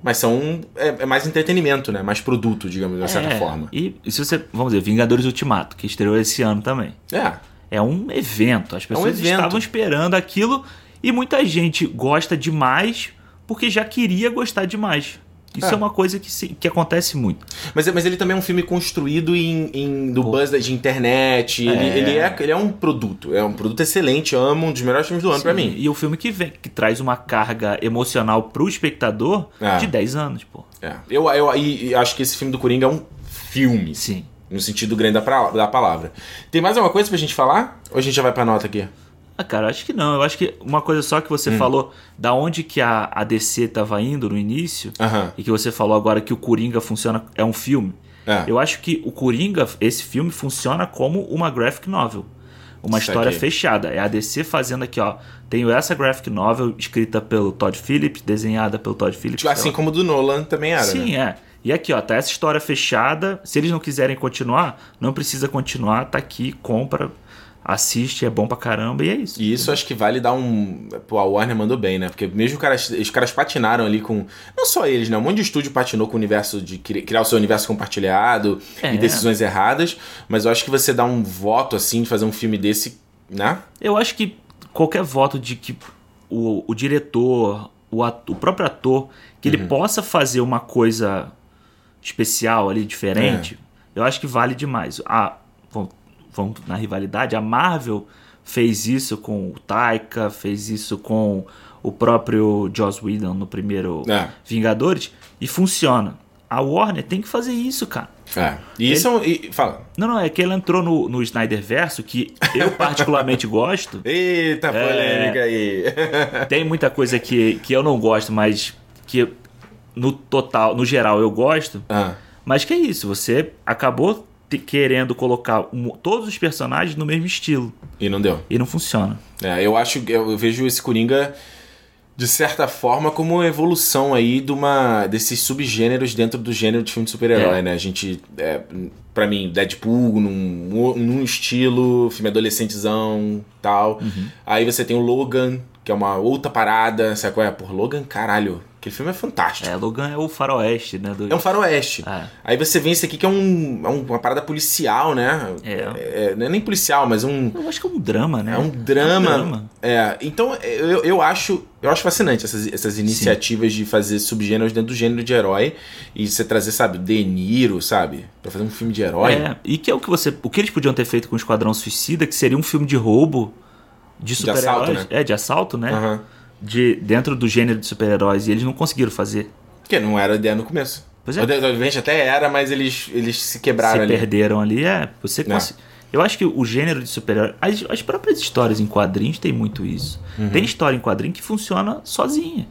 Mas são. É, é mais entretenimento, né? Mais produto, digamos, de uma certa
É,
forma.
E, e se você. Vamos dizer, Vingadores Ultimato, que estreou esse ano também.
É.
É um evento. As pessoas
evento.
estavam esperando aquilo e muita gente gosta demais porque já queria gostar demais. Isso
É.
é, uma coisa que, se- que acontece muito.
Mas, é- mas ele também é um filme construído em, em- do buzz da- de internet. Ele,
É.
ele, é, ele é um produto. É um produto excelente. Amo um dos melhores filmes do ano pra
Sim,
mim.
E o filme que vem, que traz uma carga emocional pro espectador
É.
de 10 anos, pô.
É. Eu, eu e- e acho que esse filme do Coringa é um filme,
Sim.
no sentido grande da, pra- da palavra. Tem mais alguma coisa pra gente falar? Ou a gente já vai pra nota aqui?
Ah, cara, acho que não. Eu acho que uma coisa só que
Hum.
você falou da onde que a, a DC tava indo no início
Aham.
e que você falou agora que o Coringa funciona é um filme.
É.
Eu acho que o Coringa, esse filme, funciona como uma graphic novel. Uma
Isso
história
aqui.
fechada. É a DC fazendo aqui, ó. Tenho essa graphic novel escrita pelo Todd Phillips, desenhada pelo Todd Phillips.
Tipo, assim
sei
como o do Nolan também
lá.
era. né?
Sim, é. E aqui, ó, tá essa história fechada. Se eles não quiserem continuar, não precisa continuar. Tá aqui, compra, assiste, é bom pra caramba e é isso.
E isso acho que vale dar um. Pô, a Warner mandou bem, né? Porque mesmo os caras, os caras patinaram ali com. Não só eles, né? Um monte de estúdio patinou com o universo de cri- criar o seu universo compartilhado
É.
e decisões erradas. Mas eu acho que você dá um voto, assim, de fazer um filme desse, né?
Eu acho que qualquer voto de que o, o diretor, o, atu- o próprio ator, que
Uhum.
ele possa fazer uma coisa especial ali, diferente,
É.
eu acho que vale demais. A, vamos, vamos na rivalidade, a Marvel fez isso com o Taika, fez isso com o próprio Joss Whedon no primeiro
É.
Vingadores, e funciona. A Warner tem que fazer isso, cara.
É. E isso é um. e- fala.
Não, não, é que ela entrou no, no Snyder Verso, que eu particularmente gosto.
Eita,
É.
polêmica aí.
Tem muita coisa que, que eu não gosto, mas que no total, no geral, eu gosto.
ah,
Mas que é isso, você acabou te- querendo colocar um- todos os personagens no mesmo estilo.
e não deu.
E não funciona.
É, eu acho que eu eu vejo esse Coringa de certa forma como uma evolução aí de uma desses subgêneros dentro do gênero de filme de super-herói,
É.
né? A gente é, para mim Deadpool num, num estilo, filme adolescentezão, tal.
Uhum.
Aí você tem o Logan, que é uma outra parada, sabe qual é? Por Logan, caralho, aquele filme é fantástico.
É, Logan é o faroeste, né? Do...
É um faroeste.
É.
Aí você vem esse aqui que é, um, é um- uma parada policial, né?
É.
É, não é nem policial, mas um
Eu acho que é um drama, né?
é um drama. É, então eu, eu acho eu acho fascinante essas, essas iniciativas de fazer subgêneros dentro do gênero de herói e você trazer, sabe, De Niro, sabe? Pra fazer um filme de herói.
É, e que é o que você. O que eles podiam ter feito com o Esquadrão Suicida, que seria um filme de roubo de
assalto,
super-heróis.
né?
É, de assalto, né?
Aham.
De, dentro do gênero de super-heróis. E eles não conseguiram fazer.
Porque não era a ideia no começo.
Pois é.
O The Advent até era, mas eles, eles se quebraram
se
ali.
perderam ali. É, você
É.
consi- Eu acho que o gênero de super-herói. As, as próprias histórias em quadrinhos tem muito isso.
Uhum.
Tem história em quadrinho que funciona sozinha.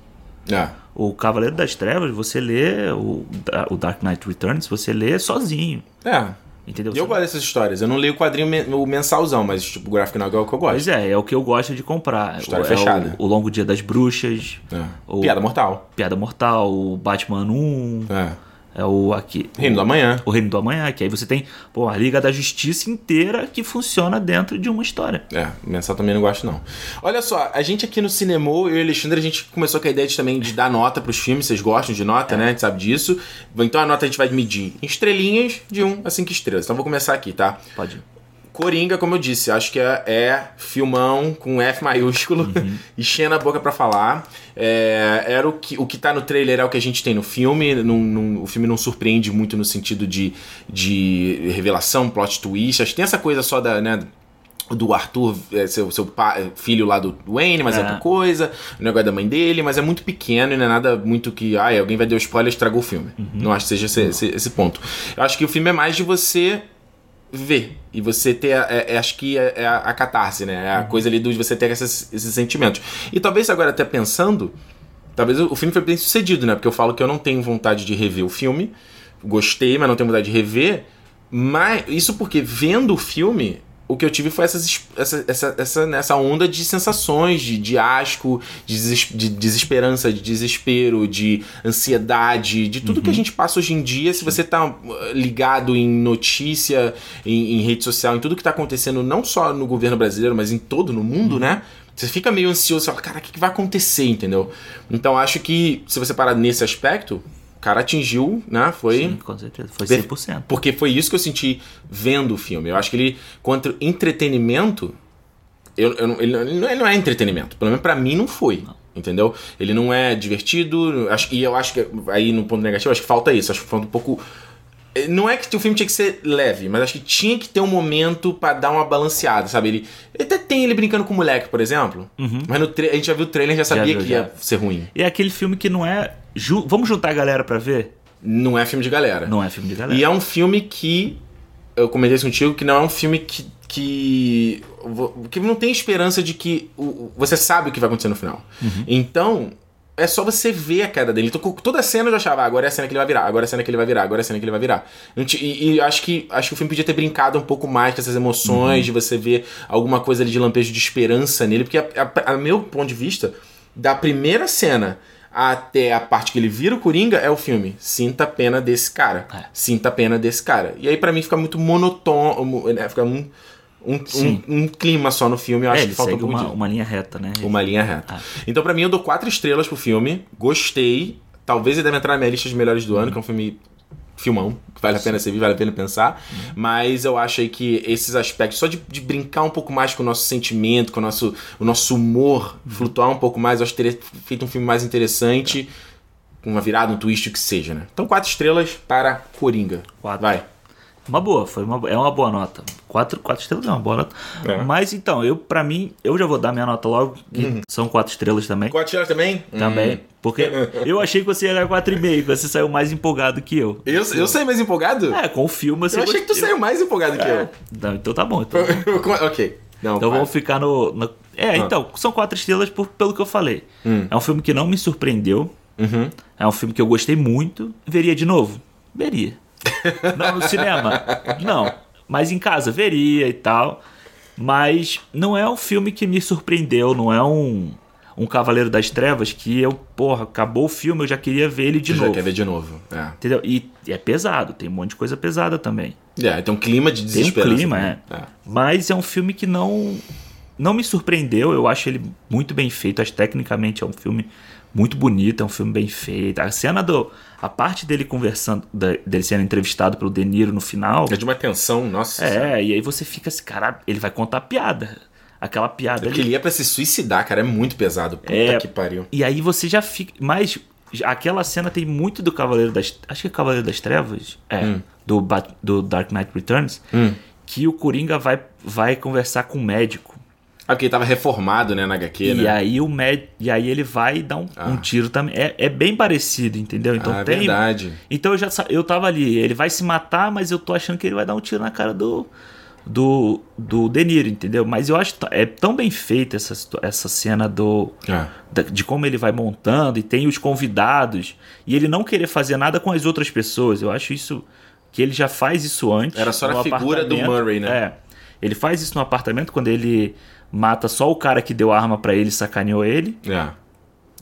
É.
O Cavaleiro das Trevas, você lê. O, da- o Dark Knight Returns, você lê sozinho.
É.
Entendeu?
E eu
Você-
gosto dessas histórias. Eu não leio o quadrinho men- o mensalzão, mas tipo, o gráfico novel é o que eu
Pois
gosto.
é, é o que eu gosto de comprar.
História
O- é
fechada.
O, o Longo Dia das Bruxas,
É.
Ou-
Piada mortal.
Piada Mortal, o Batman 1.
É.
É o aqui.
Reino do Amanhã.
O Reino do Amanhã, que aí você tem, pô, a Liga da Justiça inteira que funciona dentro de uma história.
É, mensal também não gosto, não. Olha só, a gente aqui no cinema, eu e o Alexandre, a gente começou com a ideia de, também de dar nota pros filmes, vocês gostam de nota, né? A gente sabe disso. Então a nota a gente vai medir em estrelinhas de 1 a 5 estrelas. Então vou começar aqui, tá?
Pode ir.
Coringa, como eu disse, acho que é, é filmão com F maiúsculo, enchendo a boca pra falar. É, era o que, o que tá no trailer é o que a gente tem no filme. Não, não- o filme não surpreende muito no sentido de, de revelação, plot twist. Acho que tem essa coisa só da. Né, do Arthur, é, seu, seu pa- filho lá do Wayne, mas é.
É.
outra coisa, o negócio da mãe dele, mas é muito pequeno e não é nada muito que. Ai, alguém vai dar o spoiler e estragou o filme. Não acho que seja esse, esse- esse ponto. Eu acho que o filme é mais de você ver. E você ter, a- é- é- acho que é, é a, a catarse, né? É a coisa ali do, de você ter esses, esses sentimentos. E talvez agora, até pensando, talvez o, o filme foi bem sucedido, né? Porque eu falo que eu não tenho vontade de rever o filme. Gostei, mas não tenho vontade de rever. Mas isso porque vendo o filme, o que eu tive foi essas, es- essa, essa, essa, né, essa onda de sensações, de, de asco, de, deses- de desesperança, de desespero, de ansiedade, de tudo que a gente passa hoje em dia. Se você tá uh, ligado em notícia, em, em rede social, em tudo que tá acontecendo, não só no governo brasileiro, mas em todo no mundo, né? Você fica meio ansioso, você fala, cara, o que, que vai acontecer, entendeu? Então acho que se você parar nesse aspecto, o cara atingiu, né? Foi.
Sim, com certeza. Foi
Perfe-
100%.
Porque foi isso que eu senti vendo o filme. Eu acho que ele, quanto entretenimento, eu, eu não- ele, não- ele não, ele não é entretenimento. Pelo menos pra mim não foi. Entendeu? Ele não é divertido. Acho, e eu acho que, aí no ponto negativo, acho que falta isso. Acho que falta um pouco. eh, Não é que o filme tinha que ser leve, mas acho que tinha que ter um momento pra dar uma balanceada, sabe? Ele, ele até tem ele brincando com o moleque, por exemplo. Mas no tra- a gente já viu o trailer e já sabia
viu,
que
Uhum. já.
ia ser ruim.
E é aquele filme que não é. ju- Vamos juntar a galera pra ver?
Não é filme de galera.
Não é filme de galera.
E é um filme que. Eu comentei isso contigo, que não é um filme que. que, vo- que não tem esperança de que. o- o- você sabe o que vai acontecer no final. Então. É só você ver a queda dele. Então, co- toda cena eu já achava, ah, agora é a cena que ele vai virar, agora é a cena que ele vai virar, agora é a cena que ele vai virar. Não ti- E, e acho, que, acho que o filme podia ter brincado um pouco mais com essas emoções, de você ver alguma coisa ali de lampejo de esperança nele, porque, a, a- a meu ponto de vista, da primeira cena até a parte que ele vira o Coringa é o filme. Sinta a pena desse cara.
É.
Sinta a pena desse cara. E aí pra mim fica muito monotônico, né? fica um, um, um,
Sim.
um clima só no filme. Eu
É,
acho
ele
que falta um
segue
pouco
uma,
de-
uma linha reta, né?
uma linha reta.
Ah.
Então pra mim eu dou quatro estrelas pro filme. Gostei. Talvez ele deve entrar na minha lista de melhores do ano, que é um filme filmão, que vale a pena ser visto, vale a pena pensar.
Uhum.
Mas eu acho aí que esses aspectos, só de, de brincar um pouco mais com o nosso sentimento, com o nosso, o nosso humor,
Uhum.
flutuar um pouco mais, eu acho que teria feito um filme mais interessante, com uma virada, um twist, o que seja, né? Então, quatro estrelas para Coringa.
Quatro.
Vai.
Uma boa, foi uma, bo- é uma boa nota. Quatro, quatro estrelas é uma boa nota.
É. Uhum.
Mas então, eu para mim, eu já vou dar minha nota logo, que são quatro estrelas também.
Quatro Uhum. estrelas também? Hum.
Também. Porque eu achei que você ia dar quatro e meio, que você saiu mais empolgado que eu.
Eu, eu saí mais empolgado?
É, com o filme você
eu achei que tu
gostou.
saiu mais empolgado que eu.
Não, então tá bom. Então,
ok. Não,
então
vai. Ah.
vamos ficar no. no- É, então, são quatro estrelas por, pelo que eu falei.
Hum.
É um filme que não me surpreendeu.
Uhum.
É um filme que eu gostei muito. Veria de novo? Veria. Não no cinema? Não. Mas em casa, veria e tal. Mas não é um filme que me surpreendeu, não é um, um Cavaleiro das Trevas que eu, porra, acabou o filme, eu já queria ver ele de
Você já
novo.
quer ver de novo. É.
Entendeu? E, e é pesado, tem um monte de coisa pesada também.
É, tem um clima de
Tem um
desespero.
clima, é.
É.
Mas é um filme que não não me surpreendeu, eu acho ele muito bem feito, acho que tecnicamente é um filme muito bonito, é um filme bem feito. A cena do a parte dele conversando, da- dele sendo entrevistado pelo De Niro no final,
É de uma tensão, nossa.
é, e aí você fica assim, cara, ele vai contar piada. Aquela piada
Porque
ali.
ele ia pra se suicidar, cara. É muito pesado. Puta
É.
que pariu.
E aí você já fica, mas já- aquela cena tem muito do Cavaleiro das, acho que é Cavaleiro das Trevas, é, do Bat- do Dark Knight Returns, que o Coringa vai vai conversar com o médico.
Ah, porque ele tava reformado, né, na HQ,
E
né?
aí o med... e aí ele vai dar um,
Ah.
um tiro também. É, é bem parecido, entendeu? Então
ah,
tem.
verdade.
Então eu já sa- eu tava ali, ele vai se matar, mas eu tô achando que ele vai dar um tiro na cara do do do De Niro, entendeu? Mas eu acho t- é tão bem feita essa situa- essa cena do
É.
da- de como ele vai montando e tem os convidados e ele não querer fazer nada com as outras pessoas. Eu acho isso que ele já faz isso antes.
Era só
no
na figura do
apartamento.
Murray, né?
É. Ele faz isso no apartamento quando ele mata só o cara que deu a arma pra ele, e sacaneou ele.
É.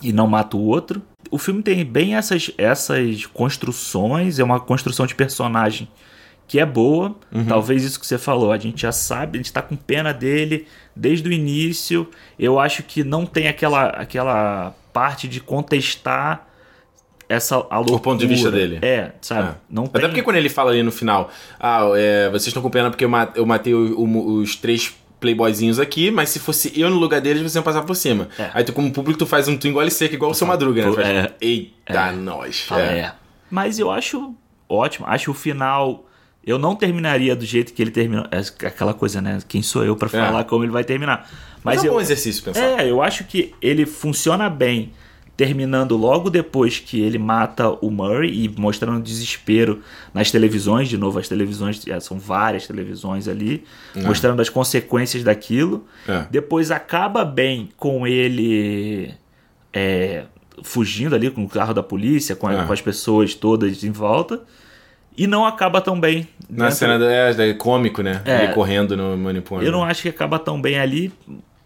e não mata o outro. O filme tem bem essas, essas construções, é uma construção de personagem que é boa. Uhum. Talvez isso que você falou, a gente já sabe, a gente tá com pena dele desde o início. Eu acho que não tem aquela, aquela parte de contestar essa a loucura.
O ponto de vista dele.
É, sabe? É. Não
Até tem... porque quando ele fala ali no final, ah, é, vocês estão com pena porque eu matei o, o, os três playboyzinhos aqui, mas se fosse eu no lugar deles, vocês iam passar por cima. É. Aí tu, como público, tu faz um tu engole seco igual o seu Madruga, né? Faz, é. Eita, nós.
Ah,
É.
é. Mas eu acho ótimo. Acho o final... Eu não terminaria do jeito que ele terminou. É aquela coisa, né? Quem sou eu para falar como ele vai terminar?
É. Mas, mas é
eu,
um bom exercício pensar.
É, eu acho que ele funciona bem terminando logo depois que ele mata o Murray e mostrando desespero nas televisões, de novo, as televisões, é, são várias televisões ali, é. mostrando as consequências daquilo. É. Depois acaba bem com ele é, fugindo ali com o carro da polícia, com,
É.
a, com, as pessoas todas em volta. E não acaba tão bem.
Na cena do, é, cômico, né? ele correndo no manipulando.
Eu não acho que acaba tão bem ali,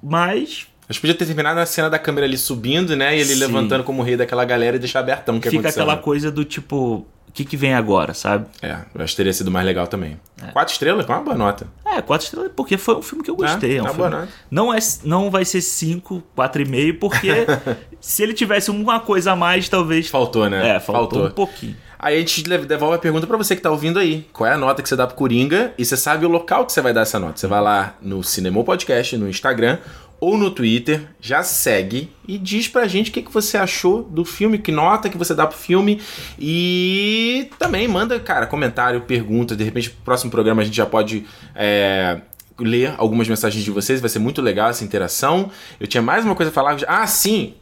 mas
Acho que podia ter terminado a cena da câmera ali subindo, né? E ele Sim. levantando como rei daquela galera e deixar abertão o que
Fica
aconteceu,
aquela
né?
coisa do tipo, o que, que vem agora, sabe?
É, eu acho que teria sido mais legal também. É. Quatro estrelas? Com uma boa nota. Tá?
É, quatro estrelas porque foi um filme que eu gostei. É, é um
né?
filme... Não, é, não vai ser cinco, quatro e meio, porque se ele tivesse uma coisa a mais, talvez...
Faltou, né?
É, faltou, faltou. um pouquinho.
Aí a gente devolve a pergunta para você que tá ouvindo aí. Qual é a nota que você dá pro Coringa? E você sabe o local que você vai dar essa nota. Você vai lá no Cinema Podcast, no Instagram, ou no Twitter, já segue e diz pra gente o que, que você achou do filme, que nota que você dá pro filme e também manda, cara, comentário, pergunta, de repente no próximo programa a gente já pode é, ler algumas mensagens de vocês, vai ser muito legal essa interação. Eu tinha mais uma coisa a falar, ah, sim,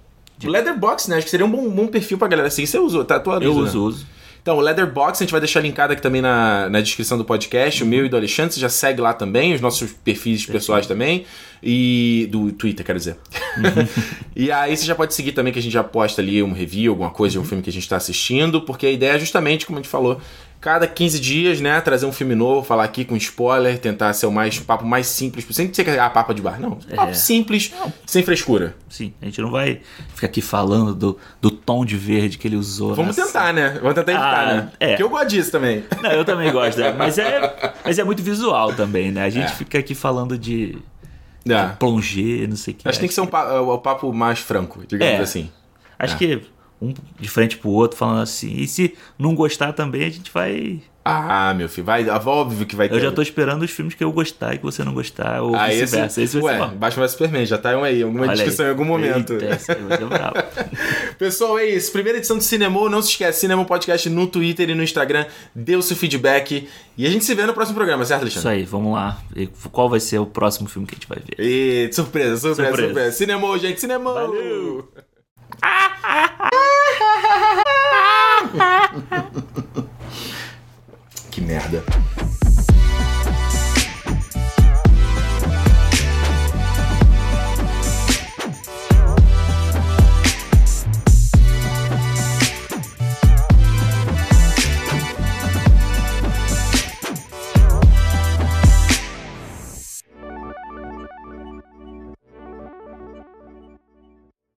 o Leatherbox, né, acho que seria um bom, bom perfil pra galera, assim, você usou, tá, tua
Eu uso, né? uso.
Então, o Leatherbox a gente vai deixar linkado aqui também na, na descrição do podcast, o meu e do Alexandre. Você já segue lá também, os nossos perfis Perfeito. pessoais também. E. Do Twitter, quero dizer. Uhum. e aí você já pode seguir também, que a gente já posta ali um review, alguma coisa uhum. de um filme que a gente está assistindo, porque a ideia é justamente, como a gente falou, cada 15 dias, né, trazer um filme novo, falar aqui com spoiler, tentar ser o mais o papo mais simples, sem ser a ah, papa de bar, não. Uhum. É. Papo simples, não. sem frescura.
Sim, a gente não vai ficar aqui falando do, do tom de verde que ele usou.
Vamos nessa... tentar, né? Vamos tentar evitar, ah, né? É. Porque eu gosto disso também.
Não, eu também gosto, né? mas, é, mas é muito visual também, né? A gente é. fica aqui falando de, é. de plonger, não sei o que.
Acho que tem que ser um papo, um papo mais franco, digamos assim.
Acho que um de frente pro outro, falando assim. E se não gostar também, a gente vai.
Ah, meu filho, vai, óbvio que vai ter. um
Eu já tô esperando os filmes que eu gostar e que você não gostar, ou ah, vice-versa.
Esse, esse ué, vai Batman vs Superman, já tá um aí, alguma Olha discussão aí. em algum momento. Eita, esse Pessoal, é isso. Primeira edição do Cinema, não se esquece, Cinema Podcast no Twitter e no Instagram. Dê o seu feedback. E a gente se vê no próximo programa, certo, Alexandre?
Isso aí, vamos lá. E qual vai ser o próximo filme que a gente vai ver?
E, surpresa, surpresa, surpresa. surpresa. Cinema, gente, Cinema! Valeu! que merda.